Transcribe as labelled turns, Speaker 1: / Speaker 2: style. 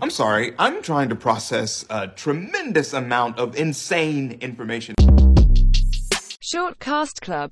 Speaker 1: I'm sorry. I'm trying to process a tremendous amount of insane information.
Speaker 2: Short Cast Club